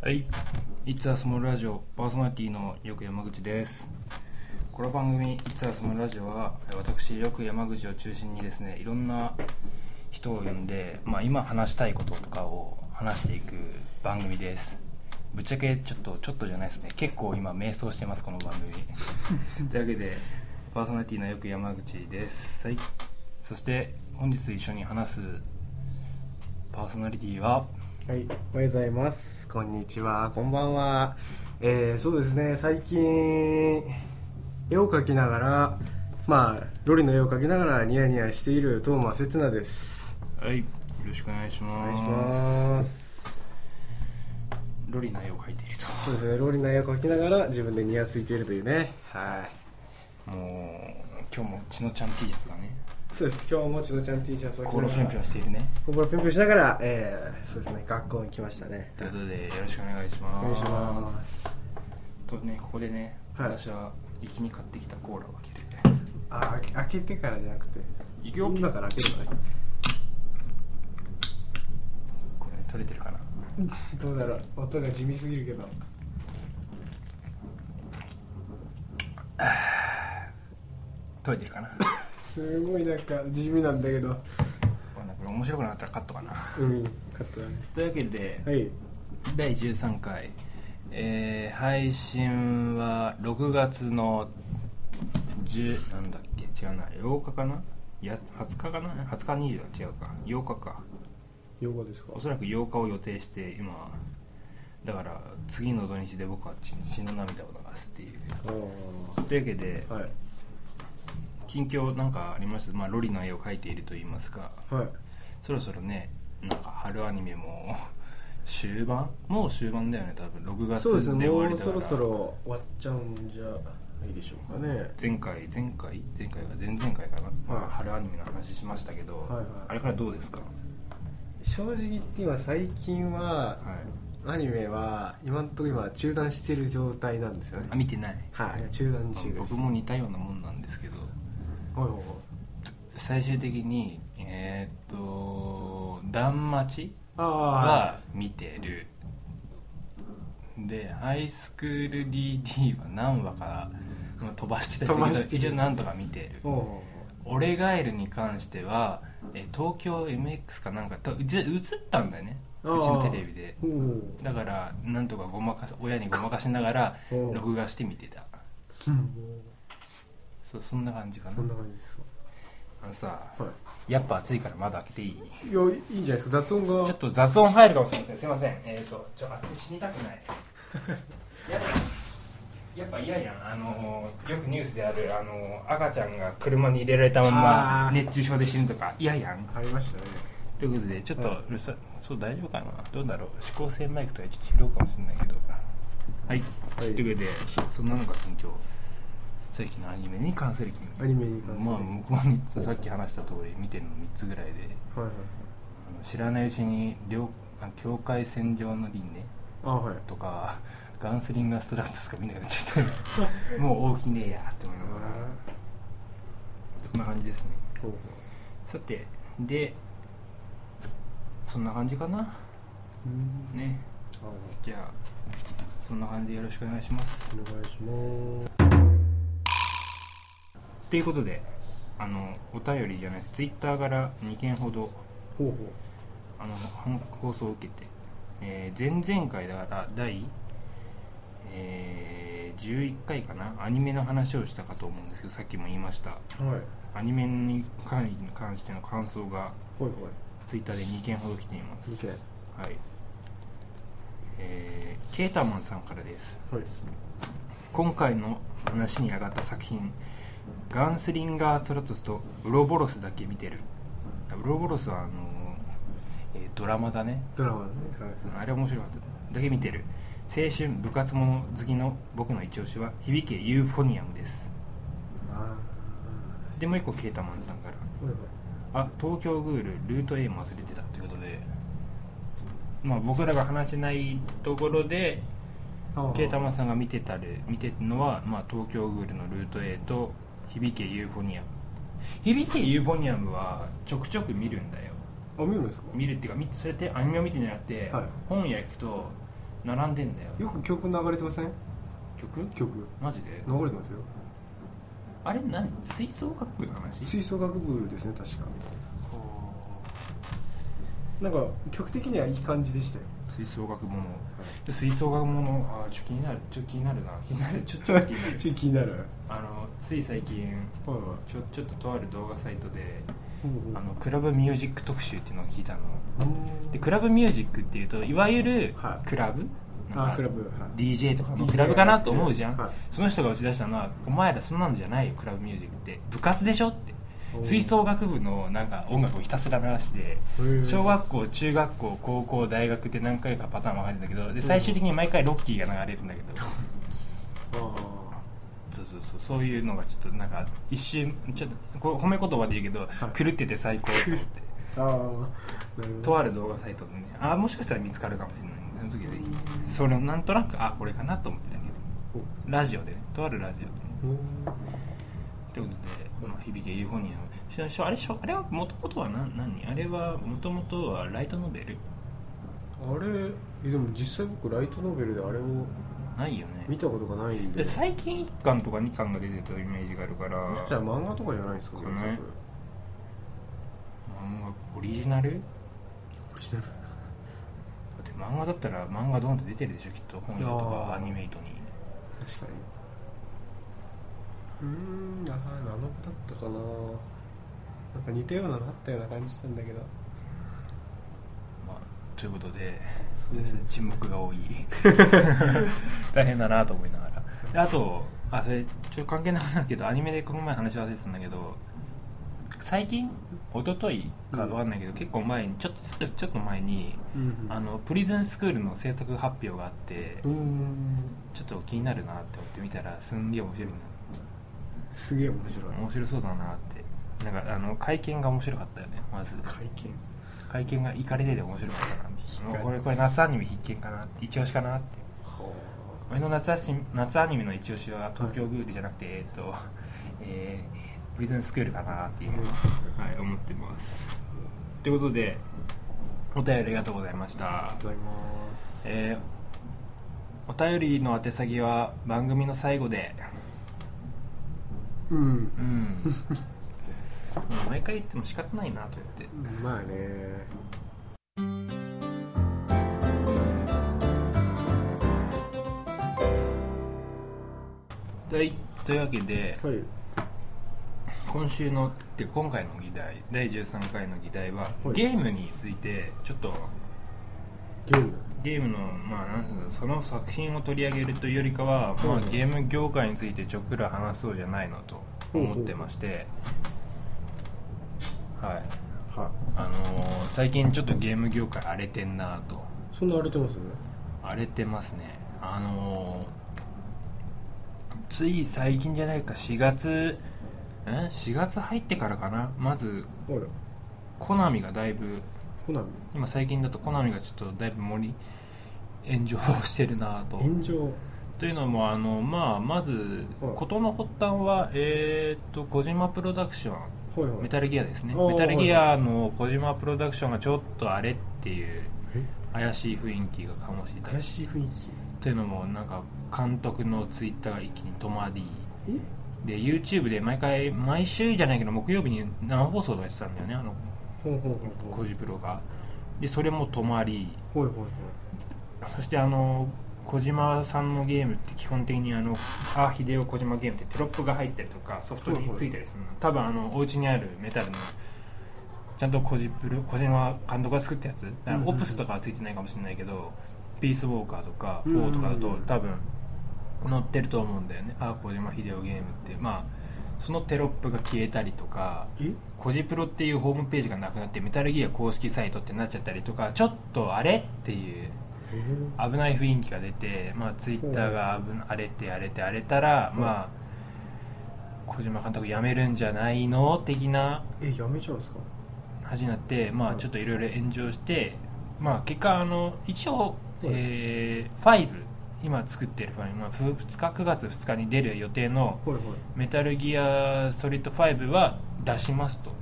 はい「It's a Small ラジオ」パーソナリティのよく山口ですこの番組「It's a Small ラジオは」私よく山口を中心にですねいろんな人を呼んで、まあ、今話したいこととかを話していく番組ですぶっちゃけちょっとちょっとじゃないですね結構今迷走してますこの番組というわけでパーソナリティのよく山口ですはいそして本日一緒に話すパーソナリティははい、おはようございます。こんにちは、こんばんは。えー、そうですね、最近、絵を描きながら、まあ、ロリの絵を描きながらニヤニヤしているトーマセツナです。はい、よろしくお願いしおま願いす。します。ロリの絵を描いているそうですね、ロリの絵を描きながら自分でニヤついているというね。はと。もう、今日もちのちゃん T シャツがね、い。そうです、今日もちのちゃん T シャツをコールなピョンがピョらン、しているね。コーラピョンピョンしながら、えー、そうですね、学校に来ましたね。ということで、よろしくお願いします。お願いします。とね、ここでね、はい私は、一気に買ってきたコーラを開ける。あ、開け開けてからじゃなくて、いくよ今から開けるのね。これ、取れてるかな。どうだろう音が地味すぎるけど取れてるかな。すごいなんか地味なんだけどこれなんか面白くなかったらカットかな。うんカットだねというわけで、はい第13回、えー配信は6月の10なんだっけ違うな8日かないや20日かな20日20は違うか8日か用語ですかおそらく8日を予定して今だから次の土日で僕はちんちんの涙を流すっていうあというわけであはい近況なんかありました、まあ、ロリの絵を描いているといいますかはいそろそろねなんか春アニメも終盤もう終盤だよね多分6月そうですねで終もわりうだそからろそろ終わっちゃうんじゃないでしょうかね前回前回前回は前々回かな、はい春アニメの話しましたけど、はいはいあれからどうですか、は、正直言って今最近はいアニメは今んとこ今中断してる状態なんですよあね見てないはい中断中です僕も似たようなもんなんですけどはいはいはい最終的にえーっと「断待ち」ああは見てるで「ハイスクール DD」は何話かまあ飛ばしてた飛ばりすしるてけるど一応なんとか見てるおうおうおう俺ガエルに関してはえ東京 MX かなんかとうつ映ったんだよねうちのテレビでおうだからなんとかごまかす親にごまかしながらおう録画して見てたそそんな感じかなそんな感じですあのさかはやっぱ暑いから窓開けていいいいやいいんじゃないですか雑音がちょっと雑音入るかもしれませんすいませんえっ、とちょ暑い死にたく ないやだやっぱ嫌やんあのーよくニュースであるあのー赤ちゃんが車に入れられたまんまあー熱中症で死ぬとか嫌やん入りましたねということでちょっとはうるさいそう大丈夫かなどうだろう指向性マイクとはちょっと拾うかもしれないけどはい、はいということでそんなのが近況最近のアニメに関する近況アニメに関するまあ僕もねさっき話した通り見てるの3つぐらいではいはいあの知らないうちに両あ境界線上の輪廻あはいとかガンスリンガーストラットしか見なくなっちゃ ったもう大きねえやって思いながらそんな感じですねほうほさてでそんな感じかなううんねあじゃあそんな感じでよろしくお願いしますお願いしますということであのお便りじゃないツイッターから2件ほどほうほうあの放送を受けて、えー前々回だから第、えー11回かなアニメの話をしたかと思うんですけどさっきも言いましたはいアニメに関関しての感想がほいほいツイッターで2件ほど来ています見てはいはいえーケータマンさんからです今回の話に上がった作品「ガンスリンガー・ストラトス」と「ウロボロス」だけ見てるウロボロスはあの、えードラマだねドラマねあれ面白かっただけ見てる青春部活もの好きの僕の一押しは響けユーフォニアムですあでもう一個ケータマンさんからほいほいあ東京グールルート A も忘れてたということでまあ僕らが話せないところであケータマンさんが見てたる見てるのは、まあ、東京グールのルート A と響けユーフォニアム響けユーフォニアムはちょくちょく見るんだよあ見るんですか見るっていうか見それってアニメを見てんじゃなくて、はい本屋行くと並んでんだよよく曲流れてません曲曲マジで流れてますよあれ何吹奏楽部の話吹奏楽部ですね確かなんか曲的にはいい感じでしたよ吹奏楽もので吹奏楽ものあーちょっと気になるちょっと気になるな気になるちょっと気になる ちょっと気になるはいあのつい最近はいちょちょっととある動画サイトでほうあのクラブミュージック特集っていうのを聞いたのほうでクラブミュージックっていうといわゆるはいクラブ、なんあかクラブはい DJ とかの DJ クラブかなと思うじゃん、はいその人が打ち出したのは「お前らそんなんじゃないよクラブミュージックって部活でしょ」っておー吹奏楽部のなんか音楽をひたすら流してー小学校中学校高校大学って何回かパターン分かれるんだけどで最終的に毎回ロッキーが流れるんだけど、あそうそうそうそういうのがちょっとなんか一瞬ちょっとこれ褒め言葉で言うけど、はい狂ってて最高と思ってーあーなるほどとある動画サイトでねあもしかしたら見つかるかもしれないその時でそれをなんとなくあこれかなと思ってたけどラジオでねとあるラジオでねおおってことで、まあ、響けユーフォニアのししあれしょあれはもともとは何何あれはもともとはライトノベルあれえでも実際僕ライトノベルであれをないよね見たことがないんでで最近1巻とか2巻が出てたイメージがあるからもしかしたら漫画とかじゃないですかそうね原作漫画オリジナルだオリジナルって漫画だったら漫画ドーンと出てるでしょきっと本屋とあかーアニメイトに確かにうーんあーナノブだったかななんか似たようなのあったような感じしたんだけどまあ、ということでそうですね沈黙が多い 大変だなと思いながらであとあそれちょっと関係なくなるけどアニメでこの前話し合わせてたんだけど最近一昨日かわかんないけど、結構前にちょっとちょっと前にうんあのプリズンスクールの制作発表があってうーんちょっと気になるなって思って見たらすんげえ面白いすげえ面白いな面白そうだなってなんかあの会見が面白かったよねまず会見会見がイカれてて面白かったな光もうこれこれ夏アニメ必見かなって一押しかなっては俺の夏アシ夏アニメの一押しは東京グールじゃなくて、えーっとえープリズンスクールかなっていううんはい思ってますということでお便りありがとうございましたありがとうございますえーお便りの宛先は番組の最後でうんうん もう毎回言っても仕方ないなと思ってまあねはいというわけではい今週のって今回の議題第13回の議題ははいゲームについてちょっとゲームゲームの,、まあ、なんていうのその作品を取り上げるというよりかは、まあ、うんゲーム業界についてちょっくら話そうじゃないのと思ってまして、はいはあのー最近ちょっとゲーム業界荒れてんなとそんな荒れてますね荒れてますねあのーつい最近じゃないか4月ん4月入ってからかなまずあらコナミがだいぶコナミ今最近だとコナミがちょっとだいぶ盛り炎上してるなと炎上というのもあの、まあ、まずはい事の発端は、えー、と小島プロダクションはいはいメタルギアですねあーメタルギアの小島プロダクションがちょっとあれっていうえ怪しい雰囲気が醸していた怪しい雰囲というのもなんか監督のツイッターが一気に止まり気えで YouTube で毎回毎週じゃないけど木曜日に生放送とかしてたんだよねあのほうほうほ小島プロがでそれも止まりうほうはいはいはいそしてあの小島さんのゲームって基本的にあの「あ秀夫小島ゲーム」ってテロップが入ったりとかソフトについたりするの多分あのお家にあるメタルのちゃんと小島プロ小島監督が作ったやつだからうんうんオプスとかはついてないかもしれないけど「ピースウォーカー」とか「うんうんうん4」とかだと多分載ってると思うんだよね「あ小島秀夫ゲーム」ってまあそのテロップが消えたりとかえコジプロっていうホームページがなくなってメタルギア公式サイトってなっちゃったりとかちょっとあれっていうえー危ない雰囲気が出て、まあ、ツイッターが危な荒れて荒れて荒れたら、うんまあ、小島監督辞めるんじゃないの的なえやめちゃうんですか話になって、まあ、うんちょっといろいろ炎上して、まあ、結果あの一応、うんえー、5今作ってるファイル、まあ、ふ2日9月2日に出る予定のはいはい「メタルギアソリッド5」は出しますと。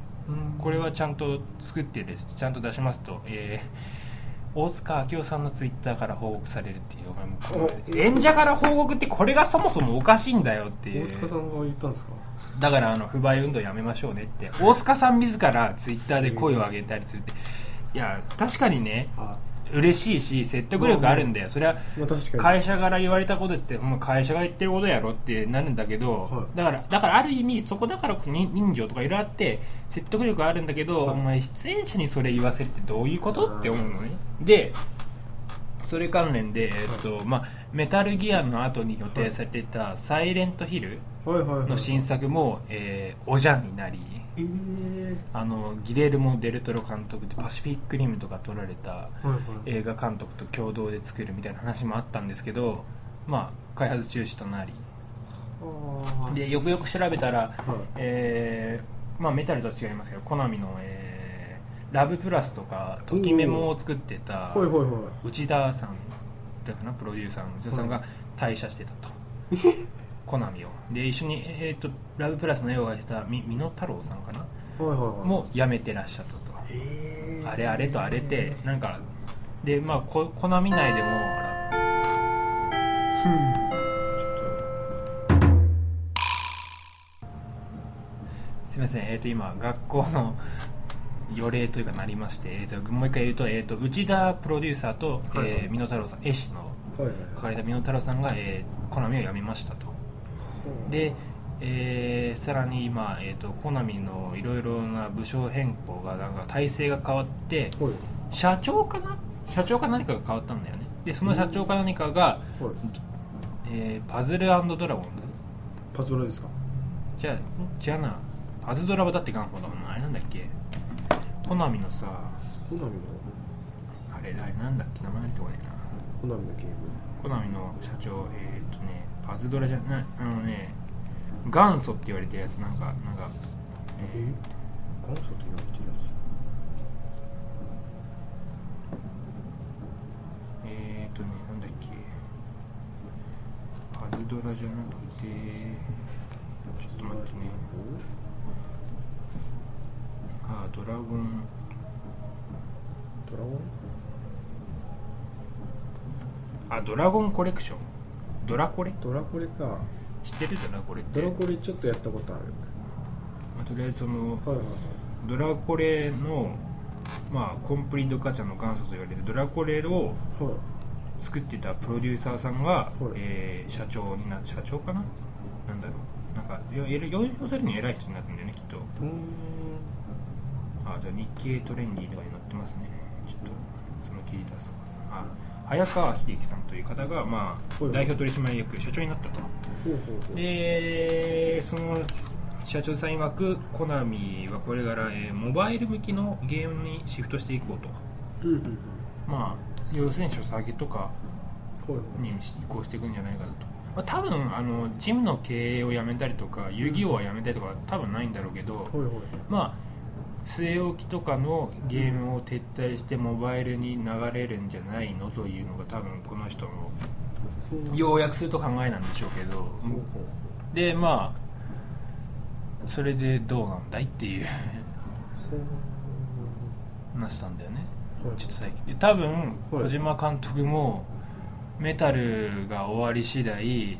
これはちゃんと作ってですちゃんと出しますと、えー大塚明夫さんのツイッターから報告されるっていう俺もこれ演者から報告ってこれがそもそもおかしいんだよっていう大塚さんが言ったんですかだからあの不買運動やめましょうねって大塚さん自らツイッターで声を上げたりするっていや確かにねあ嬉しいし説得力あるんだよそれはまあ確かに会社から言われたことってもう会社が言ってることやろってなるんだけど、はいだからだからある意味そこだからこそ人人情とかいろいろあって説得力あるんだけど、はいお前出演者にそれ言わせるってどういうことあーって思うのねでそれ関連で、えっとまあ、メタルギアの後に予定されてた「サイレントヒルはいはいは」いの新作も、えーおじゃんになりえーあのギレルモ・デルトロ監督で「パシフィック・リム」とか撮られたはいはい映画監督と共同で作るみたいな話もあったんですけど、まあ、開発中止となりあーでよくよく調べたら、はいえーまあ、メタルとは違いますけどコナミの、えーラブプラスとかときメモを作ってたはいはいはい内田さんだかなプロデューサーの内田さんが退社してた と。コナミをで一緒に、えー、とラブプラスの絵を描いてたみ美濃太郎さんかなはいはいはいも辞めてらっしゃったとえーあれあれとあれてなんかでまあこコナミ内でもあらちょっとすいませんえっ、と今学校の予例というかなりまして、えー、ともう一回言うと,、えー、と内田プロデューサーと、はいはいえー、美濃太郎さん絵師のはいはい書はかれた美濃太郎さんが、えー、コナミを辞めましたといで、えーさらに今、えー、とコナミのいろいろな部署変更がなんか体制が変わって、はいはい社長かな社長か何かが変わったんだよねでその社長か何かが、えーパズルドラゴンズパズドラですかじゃあじゃあなパズドラはだって元本だもんなあれなんだっけコナミのさコナミのあれあれなんだっけ名前出てこないなコナミのゲームコナミの社長えーっ、とねパズドラじゃないあのね元祖って言われてるやつなんかなんかええ元祖と言われてるやーえーっとねなんだっけパズドラじゃなくてちょっと待ってねあードラゴンドラゴンあドラゴンコレクションドラコレドラコレか知ってるドラコレってドラコレちょっとやったことあるまあ、とりあえずそのはいはいドラコレの、まあ、コンプリートガチャの元祖と言われるドラコレをはいはい作ってたプロデューサーさんが、はいえー社長にな社長かななんだろうなんかよよよ要するに偉い人になったんだよねきっとうーんあじゃあ日経トレンディーとかに載ってますねちょっとその記事出すかなあ早川秀樹さんという方が、まあはい、代表取締役社長になったとほうほうほうでその社長さん曰くコナミはこれから、えーモバイル向きのゲームにシフトしていこうとうんうんうんまあ要するに書下げとかはいはいに移行していくんじゃないかと、まあ、多分あのジムの経営をやめたりとか遊戯王はやめたりとかは多分ないんだろうけどはいはいまあ据え置きとかのゲームを撤退してモバイルに流れるんじゃないのというのが多分この人のほう要約すると考えなんでしょうけどほうほでまあそれでどうなんだいっていうう話したんだよねほうはいちょっと最近で多分はい小島監督もメタルが終わり次第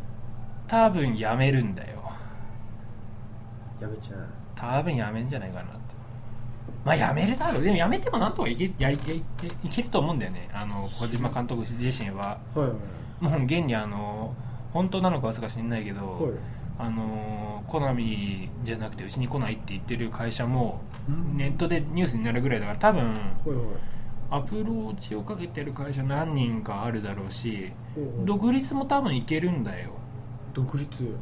多分やめるんだよやめちゃう多分やめんじゃないかなとまあやめるだろうでもやめてもなんとかいけやりいけいけると思うんだよねあの小島監督自身ははいはいもう現にあの本当なのかわずか知んないけど、はいあのーコナミじゃなくてうちに来ないって言ってる会社もうんネットでニュースになるぐらいだから多分はいはいアプローチをかけてる会社何人かあるだろうしほうほう独立も多分いけるんだよ独立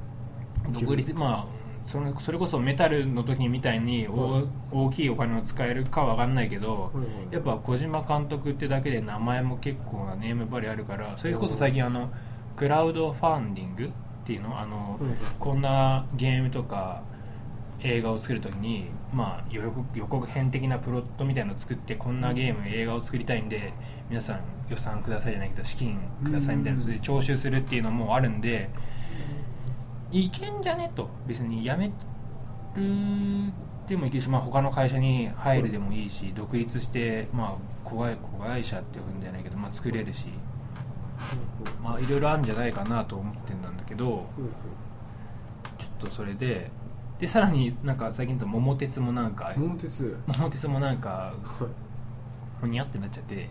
独立まあそれそれこそメタルの時みたいには大大きいお金を使えるかわかんないけどはいはいやっぱ小島監督ってだけで名前も結構なネームバリューあるからそれこそ最近あのクラウドファンディングっていうのあの、はいはいこんなゲームとか映画を作るときに、まあ、予告予告編的なプロットみたいなのを作ってこんなゲーム映画を作りたいんで皆さん予算くださいじゃないけど資金くださいみたいなうんそれで徴収するっていうのもあるんでいけんじゃねと別にやめるっってもいいけど、まあ、他の会社に入るでもいいし独立して、まあ、子会子会社っていうんじゃないけど、まあ、作れるし、まあ、いろいろあるんじゃないかなと思ってんだけどちょっとそれででさらになんか最近だと桃鉄もなんか桃鉄桃鉄もなんかふにゃってなっちゃって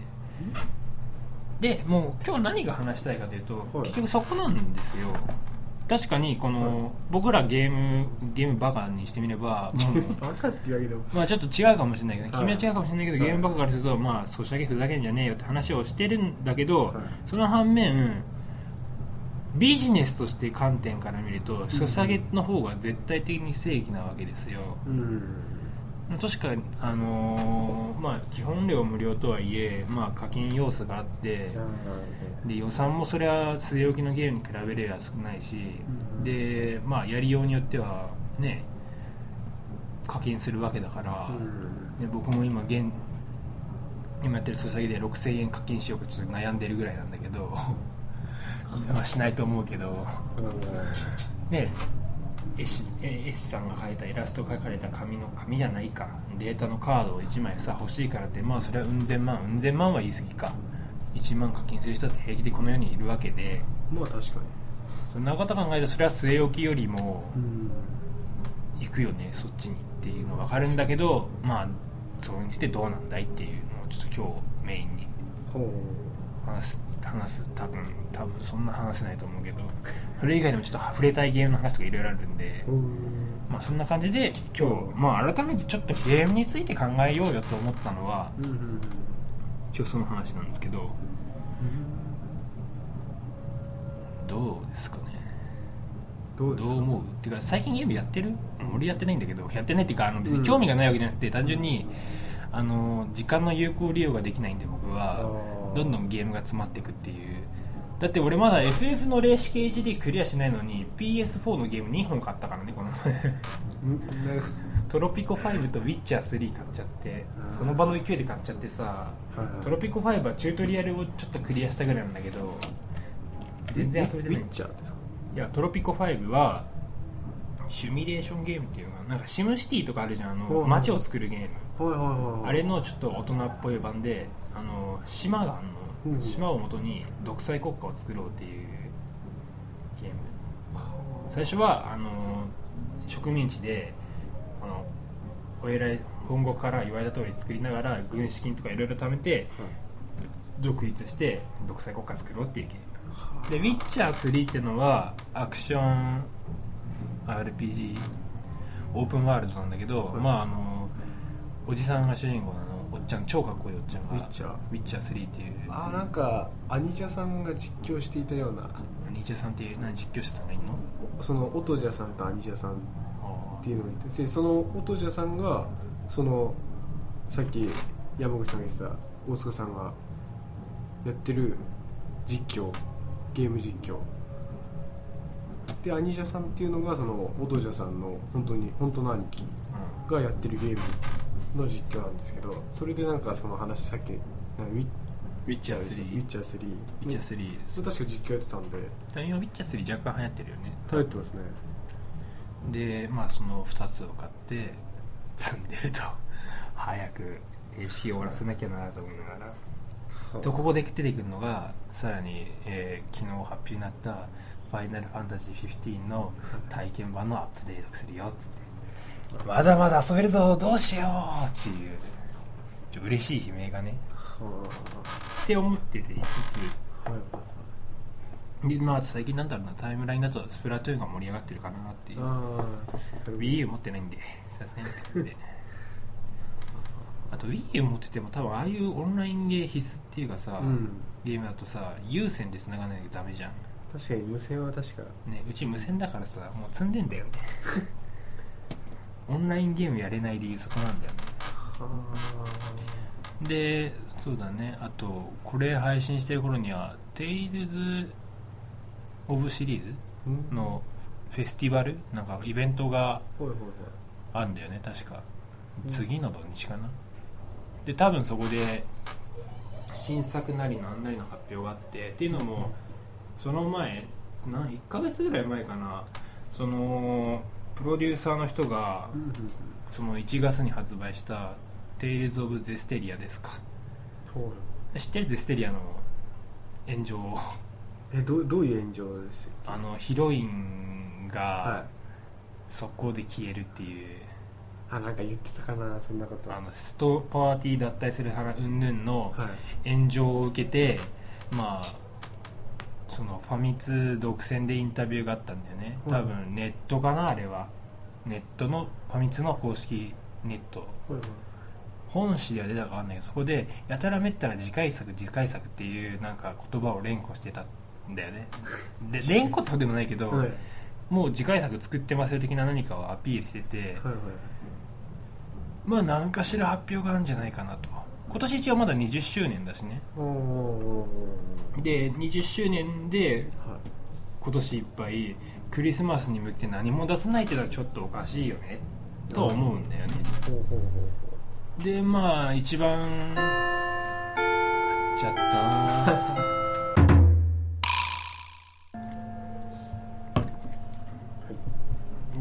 でもう今日何が話したいかというと、はい結局そこなんですよ確かにこの、僕らゲームゲームバカにしてみればもう バカって言うわけでもまあちょっと違うかもしれないけど、はい君は違うかもしれないけど、はいゲームばっかからすると、まあ、少しだけふざけんじゃねえよって話をしてるんだけど、はいその反面、ビジネスとして観点から見ると、ソシャゲの方が絶対的に正義なわけですよ。うん確か、あのーまあ、基本料無料とはいえ、まあ、課金要素があって、で予算もそれは据え置きのゲームに比べれば少ないし、うんでまあ、やりようによっては、ね、課金するわけだから。で僕も今現今やってるソシャゲで6000円課金しようかちょっと悩んでるぐらいなんだけど まあしないと思うけどねえ絵師え絵師さんが描いたイラストが描かれた紙の紙じゃないかデータのカードを1枚さ欲しいからってまあそれはうん千万うん千万は言い過ぎか1万課金する人って平気でこの世にいるわけでまあ確かそんなこと考えたらそれは据え置きよりもにうん行くよねそっちにっていうの分かるんだけどまあそれにしてどうなんだいっていうのをちょっと今日メインにほう話す話す多分多分そんな話せないと思うけどそれ以外でもちょっと触れたいゲームの話とかいろいろあるんで、うんまあ、そんな感じで今日、まあ、改めてちょっとゲームについて考えようよと思ったのはうん今日その話なんですけどどうですかねどうでどすうか思うっていうか最近ゲームやってる俺やってないんだけどやってないっていうかあの別に興味がないわけじゃなくて単純にあの時間の有効利用ができないんで僕は。どんどんんゲームが詰まっていくっていうだって俺まだ FF の霊視 HD クリアしないのに PS4 のゲーム2本買ったからねこの前トロピコ5とウィッチャー3買っちゃってうんその場の勢いで買っちゃってさトロピコ5はチュートリアルをちょっとクリアしたぐらいなんだけど全然遊べてないウィッチャーですかいやトロピコ5はシミュレーションゲームっていうのかななんかシムシティとかあるじゃんあうんうのん街を作るゲームはいはいはいはいあれのちょっと大人っぽい版であの島があんうんの島をもとに独裁国家を作ろうっていうゲーム最初はあの植民地であのお偉い本国から言われた通り作りながら軍資金とかいろいろ貯めて独立して独裁国家作ろうっていうゲームで「ウィッチャー3」ってのはアクション RPG オープンワールドなんだけど、はいまああのおじさんが主人公なのおっちゃん超かっこいいおっちゃんがウィッチャーウィッチャー3」っていうあなんかアニジャさんが実況していたようなニーチェさんっていう何実況者さんがいるのその音じゃさんとアニジャさんあっていうのがいてでその音じゃさんがそのさっき山口さんが言ってた大塚さんがやってる実況ゲーム実況でアニジャさんっていうのがその音じゃさんの本当に本当の兄貴ーがやってるゲームの実況なんですけどそれでなんかその話さっきなんかウィウィッチャーウ3ィッチャー3ウィッチャー3ですそれ確か実況やってたんで今ウィッチャー3若干流行ってるよね流行ってますねでまあその2つを買って積んでると早く意識を終わらせなきゃなと思いながらとここで出てくるのがさらに、えー昨日発表になった「ファイナルファンタジー15」の体験版のアップデートするよっつってまだまだ遊べるぞどうしようっていうちょ嬉しい悲鳴がねはって思ってて5あはいつでまあ最近なんだろうなタイムラインだとスプラトゥーンが盛り上がってるかなっていうああ確かに Wii U 持ってないんでさすがになくてあと Wii U 持ってても多分ああいうオンラインゲー必須っていうかさ、うんゲームだとさ有線で繋がないとダメじゃん確かに無線は確かね、うち無線だからさもう積んでんだよね オンラインゲームやれない理由そこなんだよねでそうだねあとこれ配信してる頃には「Tales of シリーズののフェスティバルなんかイベントがほいほいあるんだよね確かうん次の土日かなで多分そこで新作なりなんなりの発表があってっていうのもその前なん1ヶ月ぐらい前かなそのプロデューサーの人がほ「いその1月に発売した「テイルズ・オブ・ゼステリア」ですかほ知ってるゼステリアの炎上をうえどうどういう炎上ですよあのヒロインはがい速攻で消えるっていう、あなんか言ってたかなそんなことあのストパーティー脱退する話云々のはい炎上を受けてまあそのファミ通独占でインタビューがあったんだよねうん多分ネットかなあれはネットのファミ通の公式ネットほいほい本誌では出たかわかんないけどそこでやたらめったら次回作次回作っていうなんか言葉を連呼してたんだよね で連呼ってほどでもないけど、はいはいもう次回作作ってますよ的な何かをアピールしてて、はいまあ何かしら発表があるんじゃないかなと今年一応まだ20周年だしねおーおーおーおーで20周年ではい今年いっぱいクリスマスに向けて何も出さないってのはちょっとおかしいよねと思うんだよねほうほうほうほうでまあ一番ちゃった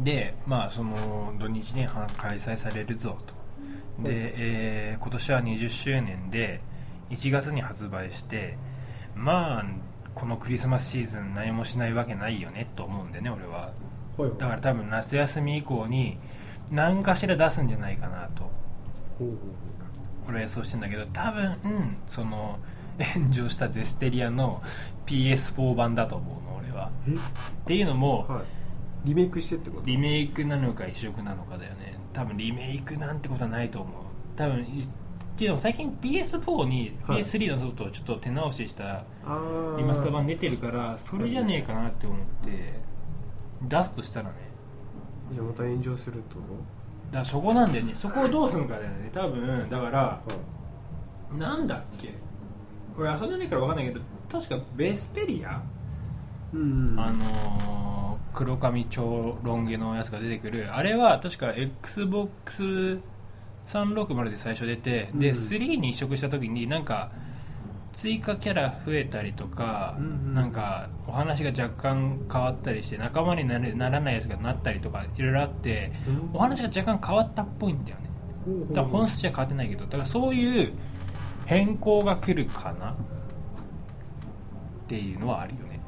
ーでまあその土日に開催されるぞとで、えー今年は20周年で1月に発売してまあこのクリスマスシーズン何もしないわけないよねと思うんでね俺はほいほいだから多分夏休み以降に何かしら出すんじゃないかなとほうほう俺は予想してんだけど多分、うん、その 炎上したゼステリアの PS4 版だと思うの俺はほうっていうのも、えはいリメイクしてってことリメイクなのか移植なのかだよね多分リメイクなんてことはないと思う多分いっていうのも最近 PS4 にはい PS3 のソフトをちょっと手直ししたあーリマスター版出てるからそれじゃねえかなって思って出すとしたらねじゃあまた炎上するとだからそこなんだよねそこをどうするのかだよね多分だからはいなんだっけ俺遊んでないから分かんないけど確かベスペリア、うんうんあのー黒髪超ロン毛のやつが出てくるあれは確か XBOX360 で最初出て、でうん3に移植した時になんか追加キャラ増えたりとか、うんうんなんかお話が若干変わったりして仲間になれならないやつがなったりとかいろいろあってうんお話が若干変わったっぽいんだよねほうほうほうだから本筋は変わってないけどだからそういう変更が来るかなっていうのはあるよね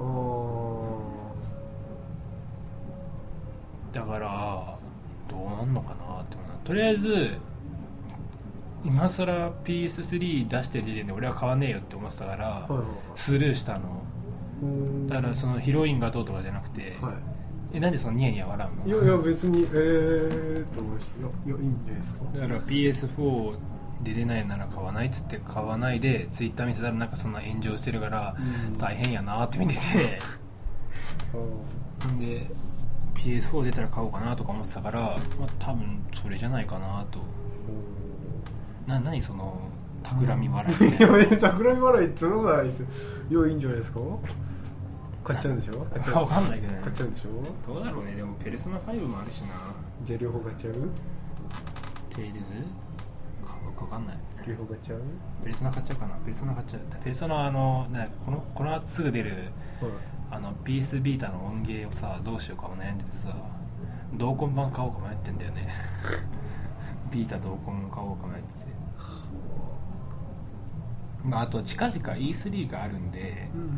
あーだからどうなんのかなって思うなとりあえず今更 PS3 出してる時点で俺は買わねえよって思ってたからはいはいはいスルーしたのうーんだからそのヒロインがどうとかじゃなくて、はえなんでそのニヤニヤ笑いういやのいや別にえーっと思うしいやいやいいんじゃないですかだから PS4 で出ないなら買わないっつって買わないでツイッター見せたらなんかそんな炎上してるからうん大変やなって見て てあで PS4 出たら買おうかなとか思ってたから、まあ、多分それじゃないかなとな何その企み笑いみーたい いやめちゃくらい笑いってそんなことないですよいやいいんじゃないですか買っちゃうんでしょ買っちなゃうわかんないけどね買っちゃうんでしょどうだろうねでもペルソナ5もあるしなじゃあ両方買っちゃうテイルズ買うかわかんない両方買っちゃうペルソナ買っちゃうかなペルソナ買っちゃうペルソナはあのねこのこの後すぐ出るはいあの PS ビータの音源をさどうしようかも悩んでてさ同梱版買おうか迷ってんだよね ビータ同梱買おうか迷っててまあ、あと近々 E3 があるんでうんうん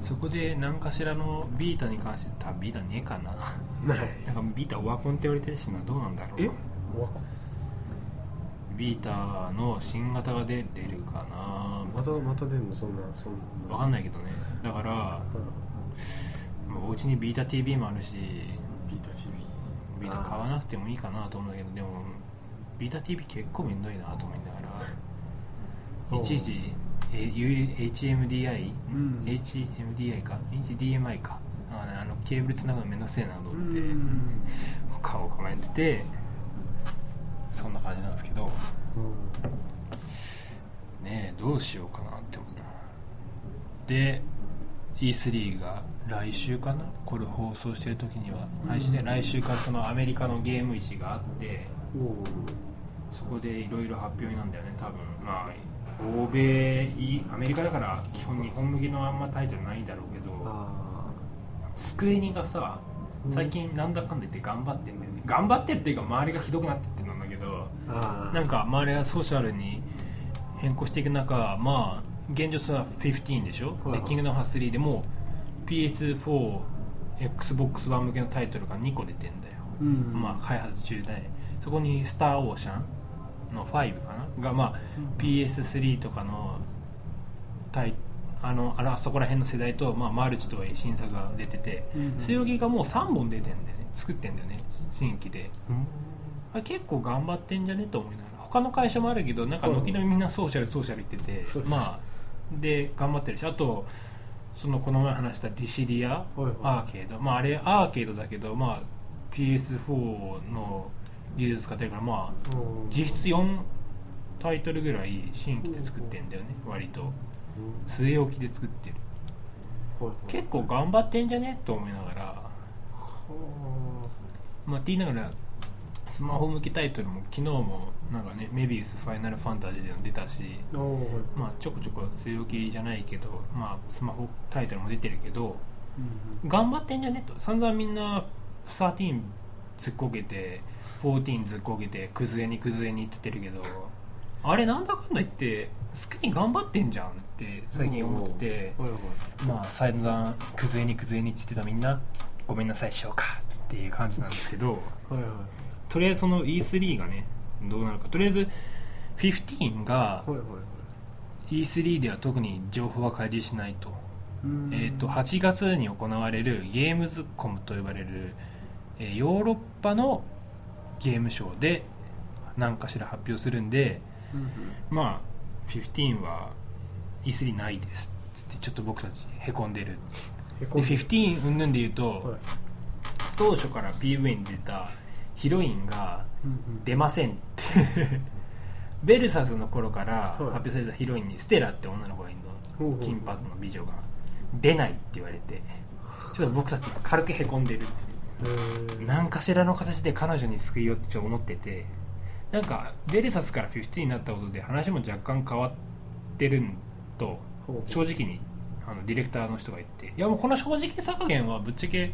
そこで何かしらのビータに関して多分ビータねえかな うんないなんかビータオワコンって言われてるしなどうなんだろうえなわこビータの新型が出出るかなまたまたでもそんなそんなわかんないけどねだから、まあお家にビータ TV もあるしビータ TV ビータ買わなくてもいいかなと思うんだけどでもビータ TV 結構めんどいなと思いながおらういちいちえ U- HMDI、うん HMDI か HDMI かあのあのケーブルつなぐのめんどくせえなと思って買おうか迷っててそんな感じなんですけどねえどうしようかなって思うなで E3 が来週かなこれ放送してる時には配信で来週からそのアメリカのゲーム市があっておおそこでいろいろ発表になるんだよね多分まあ欧米いアメリカだから基本日本向けのあんまタイトルないんだろうけどあスクエニがさ最近なんだかんだ言って頑張ってんだよね頑張ってるっていうか周りがひどくなってってなんだけどああなんか周りがソーシャルに変更していく中まあ現状それは15でしょ、はいはいでキングダムハーツ3でも PS4XBOX 版向けのタイトルが2個出てんだよ、うんまあ開発中でそこに「スター・オーシャン」の5かながまあ PS3 とかのタイあのあらそこら辺の世代と、まあ、マルチとはいえ新作が出ててうんうん据え置きがもう3本出てんだよね作ってんだよね新規でうんあ結構頑張ってんじゃねと思いながら他の会社もあるけどなんか軒並みみんなソーシャルソーシャル言っててそうですまあで頑張ってるしあとそのこの前話したディシリアいはいアーケードまああれアーケードだけどまあ PS4 の技術使ってるからまあうん実質4タイトルぐらい新規で作ってんだよね割とうん据え置きで作ってるはいはい結構頑張ってんじゃねと思いながらはあまあ、って言いながらスマホ向けタイトルも昨日もなんかね「メビウスファイナルファンタジー」でも出たし、おおはいまあ、ちょこちょこ強気じゃないけど、まあ、スマホタイトルも出てるけどうん頑張ってんじゃねと散々みんな13ずっこけて14ずっこけて崩れに崩れにって言ってるけどあれなんだかんだ言ってすくに頑張ってんじゃんって最近思ってうんはいはいまあ散々崩れに崩れにって言ってたみんなごめんなさいしようかっていう感じなんですけど。はいはとりあえずその E3 がねどうなるかとりあえず15がいはいはいはい E3 では特に情報は開示しないと,、うんえー、と8月に行われるゲームズコムと呼ばれる、えーヨーロッパのゲームショーで何かしら発表するんでうんうんまあ15は E3 ないですつってちょっと僕たちへこんでるへこでんで15うんぬんで言うと、はい当初から PV に出たヒロインがうんうん出ませんって ベルサスの頃から発い表されたヒロインにステラって女の子がいるほうほのう金髪の美女が出ないって言われてちょっと僕たちが軽くへこんでるってえー何かしらの形で彼女に救いをってちょっと思っててなんかベルサスから50になったことで話も若干変わってるんとほうほう正直にあのディレクターの人が言っていやもうこの正直さ加減はぶっちゃけ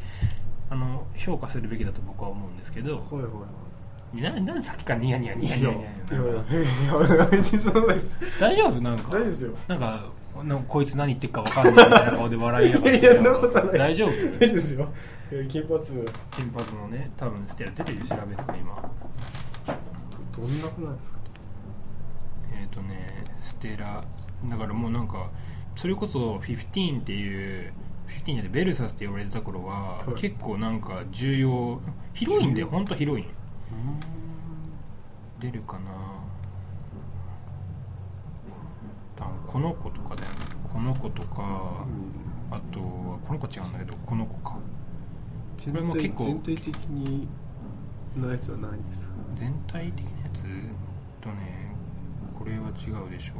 あの評価するべきだと僕は思うんですけどはいはいはいななんでさっきからニヤニヤニヤニヤニヤいやいニヤやいや別にそんな大大丈夫なんか丈夫ですよなんかなんかこいつ何言ってるか分かんないみたいな顔で笑いやがっていやそんなことない大丈夫大丈夫ですよいや金髪ど金髪のね多分ステラ出てるよ調べて今どんな子なんですかえっ、とねステラだからもうなんかそれこそ15っていう15じゃないベルサスって呼ばれてた頃は、はい結構なんか重要ヒロインで本当ヒロイン出るかな多分この子とかだよねこの子とか、あとはこの子違うんだけどこの子かこれも結構全体的にのやつはないんですか全体的なやつとねこれは違うでしょ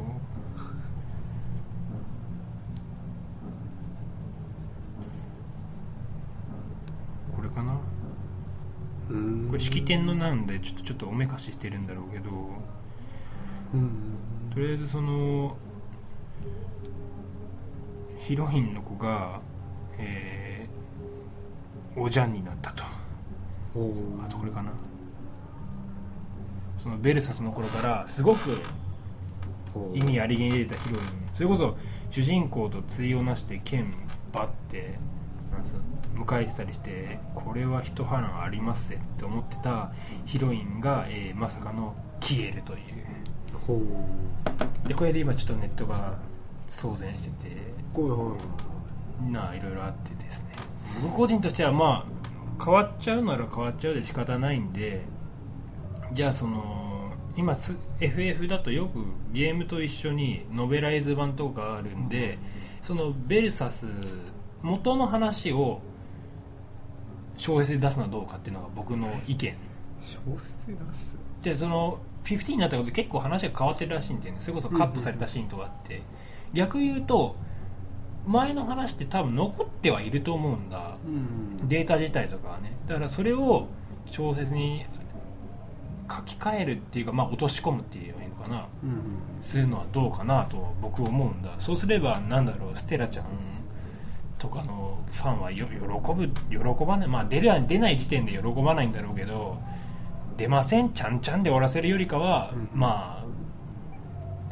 これかなうんこれ式典のなんでちょっとちょっとおめかししてるんだろうけどうんとりあえずそのヒロインの子が、えーおじゃんになったと。おおあとこれかなそのベルサスの頃からすごく意味ありげに出てたヒロインそれこそ主人公と対をなして剣バッてなんつうの迎えてたりしてこれは一波乱ありますぜって思ってたヒロインが、えーまさかのキエルというほうでこれで今ちょっとネットが騒然しててほうほなあいろいろあってですね僕個人としてはまあ変わっちゃうなら変わっちゃうで仕方ないんでじゃあその今す FF だとよくゲームと一緒にノベライズ版とかあるんでそのベルサス元の話を小説で出すのはどうかっていうのが僕の意見小説で出すでその15になったことで結構話が変わってるらしいんで、ね、それこそカットされたシーンとかあって、逆言うと前の話って多分残ってはいると思うんだうんデータ自体とかはねだからそれを小説に書き換えるっていうか、まあ、落とし込むっていうのがいいのかなうんするのはどうかなと僕思うんだそうすればなんだろうステラちゃんとかのファンはよ喜ぶ喜ばない、まあ、出る出ない時点で喜ばないんだろうけど出ませんちゃんちゃんで終わらせるよりかは、うんまあ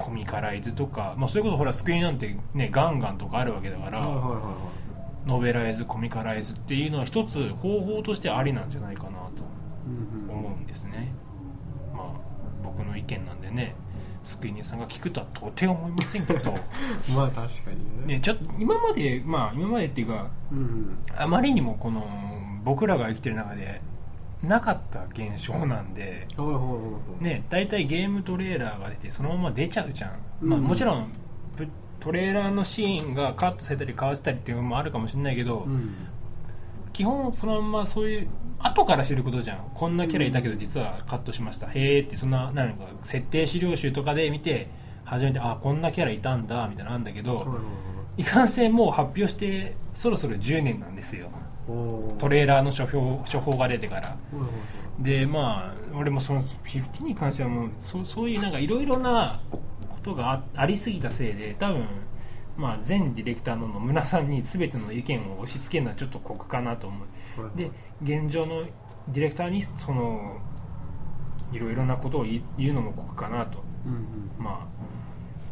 コミカライズとか、まあ、それこそほら救いなんて、ね、ガンガンとかあるわけだから、はいはいはいはいノベライズコミカライズっていうのは一つ方法としてありなんじゃないかなうんとうん思うんですね、まあ僕の意見なんでね救い人さんが聞くとはとても思いませんけ ど、まあ確かにねね、ちょっと今までまあ今までっていうかうんうんあまりにもこの僕らが生きてる中でなかった現象なんで、はいはいはいはいね、大体ゲームトレーラーが出てそのまま出ちゃうじゃん、うんまあ、もちろんプトレーラーのシーンがカットされたり変わってたりっていうのもあるかもしれないけど、うん基本そのままそういう後から知ることじゃんこんなキャラいたけど実はカットしました、へえってそんななんか設定資料集とかで見て初めてあこんなキャラいたんだみたいなのあるんだけど、はいはいはいいかんせんもう発表してそろそろ10年なんですよおートレーラーの書評書法が出てからはいはいはいでまあ俺もその50に関してはもうそそういうなんかいろいろなことがあありすぎたせいで多分まあ前ディレクターの野村さんに全ての意見を押し付けるのはちょっと酷かなと思うはいはでい現状のディレクターにそのいろいろなことを言い言うのも酷かなとうんうんまあ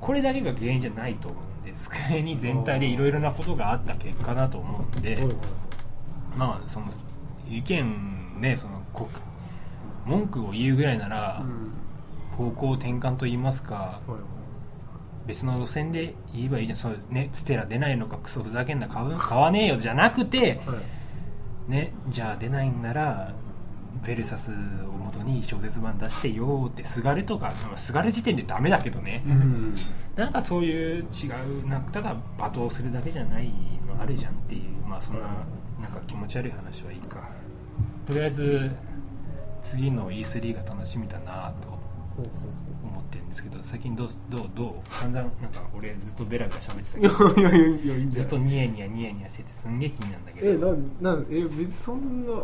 これだけが原因じゃないと思うんで机に全体でいろいろなことがあった結果だと思うんで、はいはいまあその意見ねそのこ文句を言うぐらいならうん方向転換といいますかはいはい別の路線で言えばいいじゃんそうねステラ出ないのかクソふざけんな買う買わねえよじゃなくてはいねじゃあ出ないんならベルサスを元に小説版出してよってすがるとかまあすがる時点でダメだけどねうんなんかそういう違うなんかただ罵倒するだけじゃないのあるじゃんっていうまあそんななんか気持ち悪い話はいいかとりあえず次の E3 が楽しみだなとほうほう思ってるんですけど最近どうどうどう散々なんか俺ずっとベラベラ喋ってたいや けどいやいやいやいいんだずっよとニヤニヤニヤニヤしててすんげえ気になるんだけどえななえ別にそんない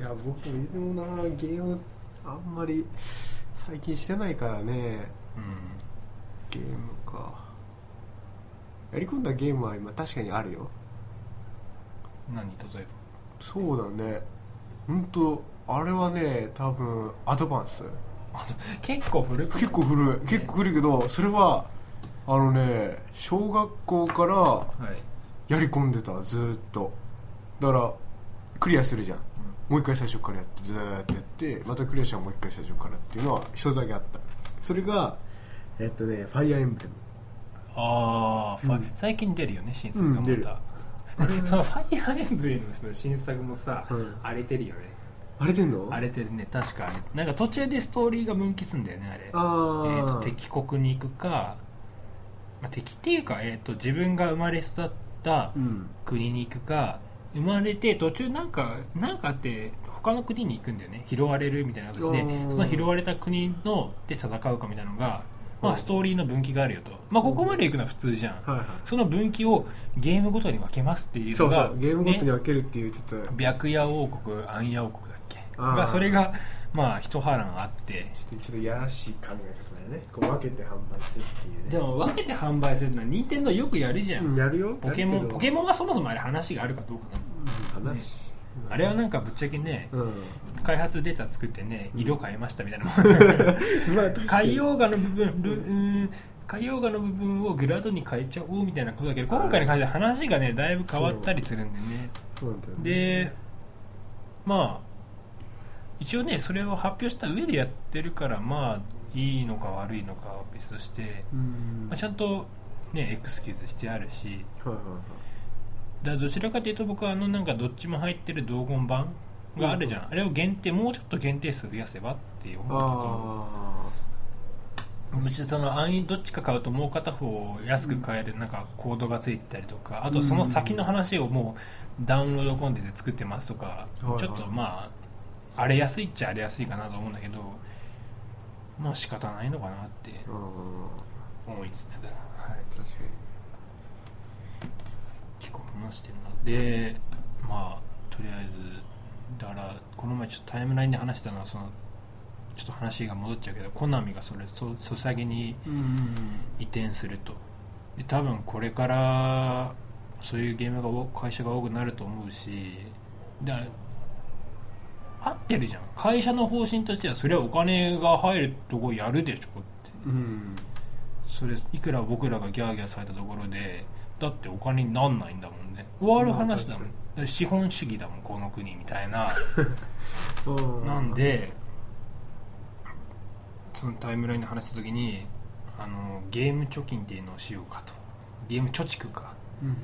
や僕いつもなゲームあんまり最近してないからねうんゲームかやり込んだゲームは今確かにあるよ何例えそうだねうんとあれはね多分アドバンスばあと 結構古く結構古い結構古いけどそれはあのね小学校からはいやり込んでたずーっとだからクリアするじゃん、もう一回最初からやってずーっとやってまたクリアしたらもう一回最初からっていうのは一つだけあったそれがえっとねファイアーエンブレムああ、ファイうん最近出るよね新作がまうん出るた、 そのファイアーエンブレムの新作もさ、うん荒れてるよねあれてんの荒れてるね確かになんか途中でストーリーが分岐するんだよねあれあーえーと敵国に行くか、まあ、敵っていうか、えー、と自分が生まれ育ったうん国に行くか生まれて途中なんかなんかあって他の国に行くんだよね拾われるみたいな形であーその拾われた国ので戦うかみたいなのが、まうあ、んストーリーの分岐があるよと、まあ、ここまで行くのは普通じゃん、はいはいその分岐をゲームごとに分けますっていうそのうそがうゲームごとにね分けるっていうちょっと白夜王国暗夜王国だっけあーがそれがまあ一波乱あってちょっとちょっとやらしい考え方だよねこう分けて販売するっていうでも分けて販売するのは任天堂よくやるじゃん、うんやるよポケモンポケモモンはそもそもあれ話があるかどうかな、ン話、あれはなんかぶっちゃけねうん 開発データ作ってね色変えましたみたいなまあ確かに 海洋画の部分ルうーん海洋画の部分をグラドに変えちゃおうみたいなことだけど今回に関しては話がねだいぶ変わったりするんでねそうなんだよねでまあ一応ねそれを発表した上でやってるからまあいいのか悪いのかは別として、うんまあ、ちゃんとねエクスキューズしてあるしはいはいはいだからどちらかというと僕はあのなんかどっちも入ってる道言版があるじゃん、あれを限定もうちょっと限定数増やせばっていう思うあけど別にその安易どっちか買うともう片方を安く買えるなんかコードがついてたりとかあとその先の話をもうダウンロードコンテンツで作ってますとか、いはいちょっとまあ荒れやすいっちゃ荒れやすいかなと思うんだけどまあ仕方ないのかなってあうん思いつつ、はい、確かに結構話してるなでまあとりあえずだからこの前ちょっとタイムラインで話したのはそのちょっと話が戻っちゃうけどコナミがそれそソサゲにうん移転するとで多分これからそういうゲームが多会社が多くなると思うしだ合ってるじゃん会社の方針としてはそれはお金が入るとこやるでしょってうんそれいくら僕らがギャーギャーされたところでだってお金になんないんだもんね終わる話だもんまあ確かにだから資本主義だもんこの国みたい なうんなんでそのタイムラインで話した時にあのゲーム貯金っていうのをしようかとゲーム貯蓄かうん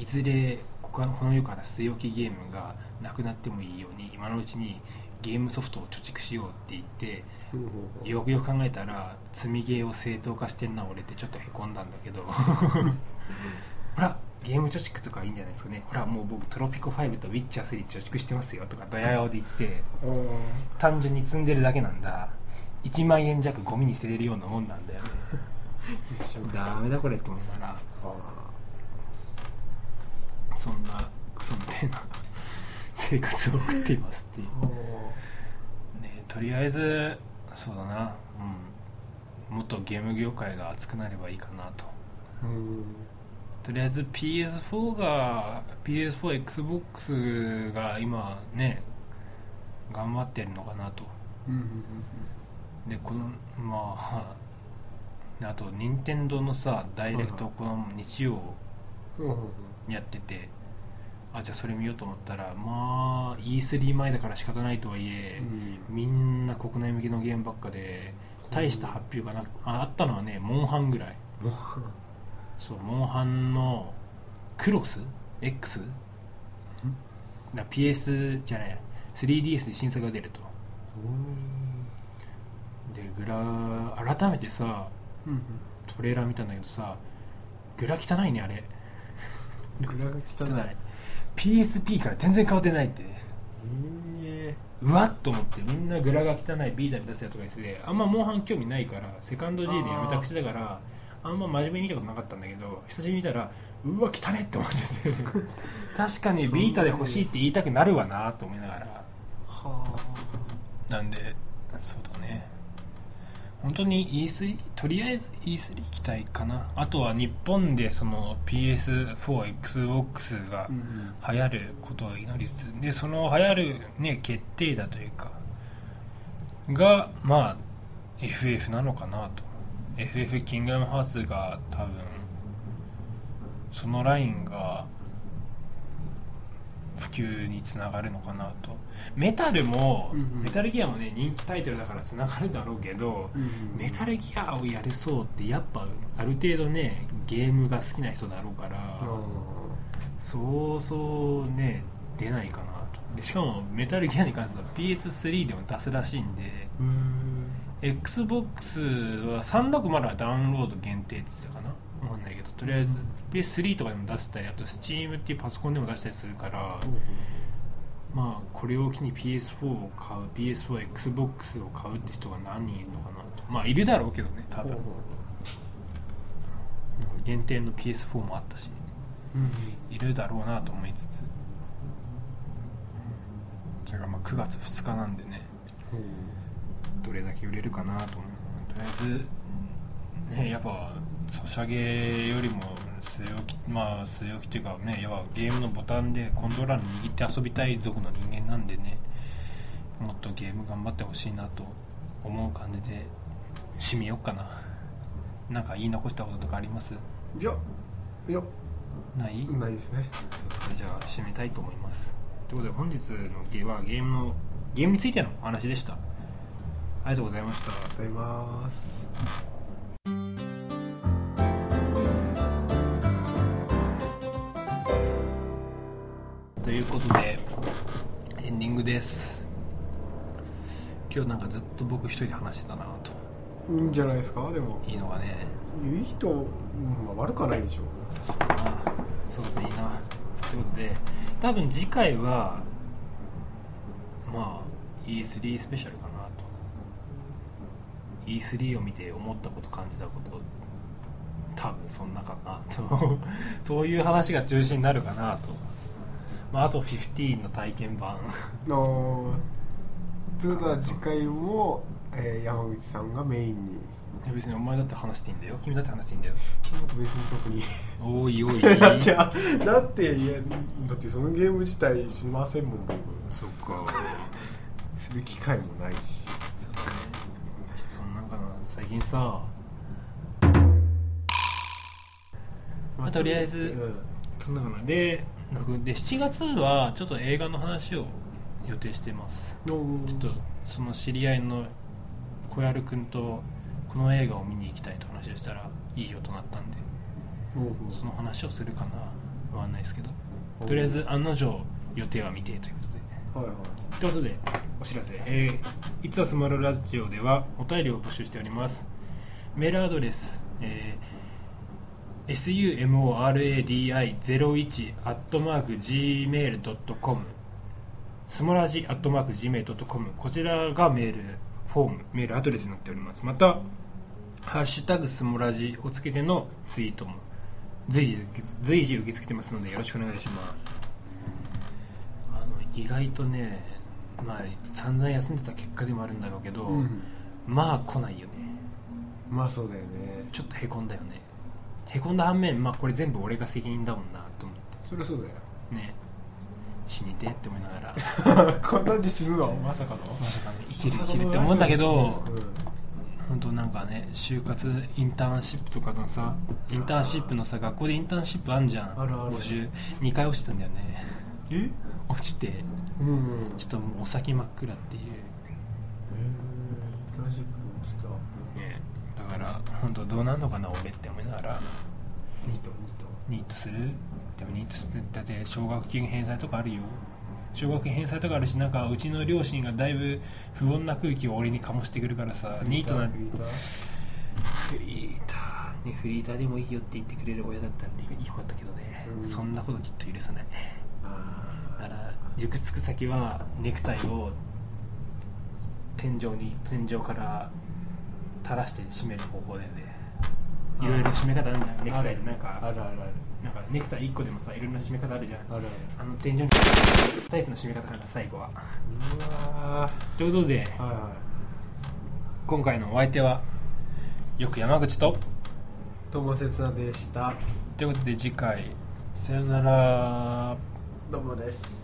いずれこここの世から据え置きゲームがなくなってもいいように今のうちにゲームソフトを貯蓄しようって言ってうんうんよくよく考えたら積みゲーを正当化してんな俺ってちょっとへこんだんだけどほらゲーム貯蓄とかいいんじゃないですかねほらもう僕トロピコ5とウィッチャー3貯蓄してますよとかドヤ顔で言って単純に積んでるだけなんだ1万円弱ゴミに捨てれるようなもんなんだよねダメだこれって思いながらあそんなクソみたいな生活を送っていますっていうーおねとりあえずそうだなうんもっとゲーム業界が熱くなればいいかなとーうんとりあえず PS4 が PS4XBOX が今ね頑張ってるのかなとうんうんでこのまあ であと任天堂のさダイレクトはいこの日曜うんうんうんやっててあじゃあそれ見ようと思ったらまあ E3 前だから仕方ないとはいえ、みんな国内向けのゲームばっかで大した発表がなくああったのはねモンハンぐらいもそうモンハンのクロス X な PS じゃない 3DS で新作が出るとでグラ改めてさうんトレーラー見たんだけどさグラ汚いねあれうんグラが汚い PSP から全然変わってないってえうわっと思ってみんなグラが汚いビーダーに出せやとかですねあんまモンハン興味ないからセカンド G でやめた口だからあんま真面目に見たことなかったんだけど久しぶりに見たらうわ汚いって思ってて 確かにビータで欲しいって言いたくなるわなと思いながらはなんでそうだね本当に E3 とりあえず E3 行きたいかなあとは日本でその PS4XBOX があん流行ることを祈りつつでその流行る、ね、決定打というかがまあ FF なのかなと FF キングダムハーツが多分そのラインが普及につながるのかなとメタルも、うんうんメタルギアもね人気タイトルだからつながるだろうけど、メタルギアをやれそうってやっぱある程度ねゲームが好きな人だろうから、そうそうね出ないかなとでしかもメタルギアに関しては PS3 でも出すらしいんでうーん XBOX は360はダウンロード限定って言ってたかなわかんないけどとりあえず PS3 とかでも出したりあと Steam っていうパソコンでも出したりするからまあこれを機に PS4 を買う PS4XBOX を買うって人が何人いるのかなとまあいるだろうけどね多分限定の PS4 もあったしうんいるだろうなと思いつつそれがまあ9月2日なんでねどれだけ売れるかなと思うとりあえずねやっぱソシャゲよりも据え置きまあ据え置きっていうかね要はゲームのボタンでコントローラー握って遊びたい族の人間なんでねもっとゲーム頑張ってほしいなと思う感じで締めようかななんか言い残したこととかありますいやいやない、ないですねそうですかじゃあ締めたいと思いますということで本日のゲームはゲームのゲームについてのお話でしたありがとうございましたありがとうございますということでエンディングです今日なんかずっと僕一人で話してたなといいんじゃないですかでもいいのがねいい人、うんまあ、悪くはないでしょそうだなそうだといいなということで多分次回はまあ E3 スペシャルかなと E3 を見て思ったこと感じたこと多分そんなかなと そういう話が中心になるかなと、まあ、あと15の体験版のということは次回も、えー山口さんがメインにや別にお前だって話していいんだよ君だって話していいんだよ別に特におい おいだ ってあだっていやだってそのゲーム自体しませんもん僕そっかする機会もないしそうねそんなんかな最近さまあとりあえずうんそんなかなで僕で7月はちょっと映画の話を予定してますちょっとその知り合いの小籔君とこの映画を見に行きたいと話をしたらいいよとなったんでおうおうその話をするかなわかんないですけどとりあえず案の定予定は未定ということではいはいということでお知らせ、えー、いつはスマルラジオではお便りを募集しておりますメールアドレス、えー、sumoradi01 アットマーク gmail.com スモラジアットマーク gmail.com こちらがメールフォームメールアドレスになっておりますまた「ハッシュタグスモラジ」をつけてのツイートも随時受け随時受け付けてますのでよろしくお願いしますあの意外とね、まあ、散々休んでた結果でもあるんだろうけど、うんまあ来ないよねまあそうだよねちょっとへこんだよねへこんだ反面、まあ、これ全部俺が責任だもんなと思っそりゃそうだよてね死にてえって思いながら こんなんで死ぬのまさかのまさかね生きる生きるって思うんだけど 本当なんかね就活インターンシップとかのさインターンシップのさ学校でインターンシップあんじゃんあるある募集2回落ちたんだよね え落ちてうんうんちょっともうお先真っ暗っていう大丈夫したねだから本当どうなんのかな俺って思いながらニートニートニートするでもニートするだって奨学金返済とかあるよ奨学金返済とかあるしなんかうちの両親がだいぶ不穏な空気を俺に醸してくるからさニートなフリータフリーターーねフリーターでもいいよって言ってくれる親だったらいい子だったけどねうんそんなこときっと許さないあだから塾着く先はネクタイを天井に天井から垂らして締める方法だよねあーいろいろ締め方あるじゃんネクタイでなんーあかるあるあるなんかネクタイ1個でもさいろんな締め方あるじゃんあるあの天井にタイプの締め方から最後はあるうわということでーはいは今回のお相手はよく山口とい友節なでしたということで次回さよならどうもです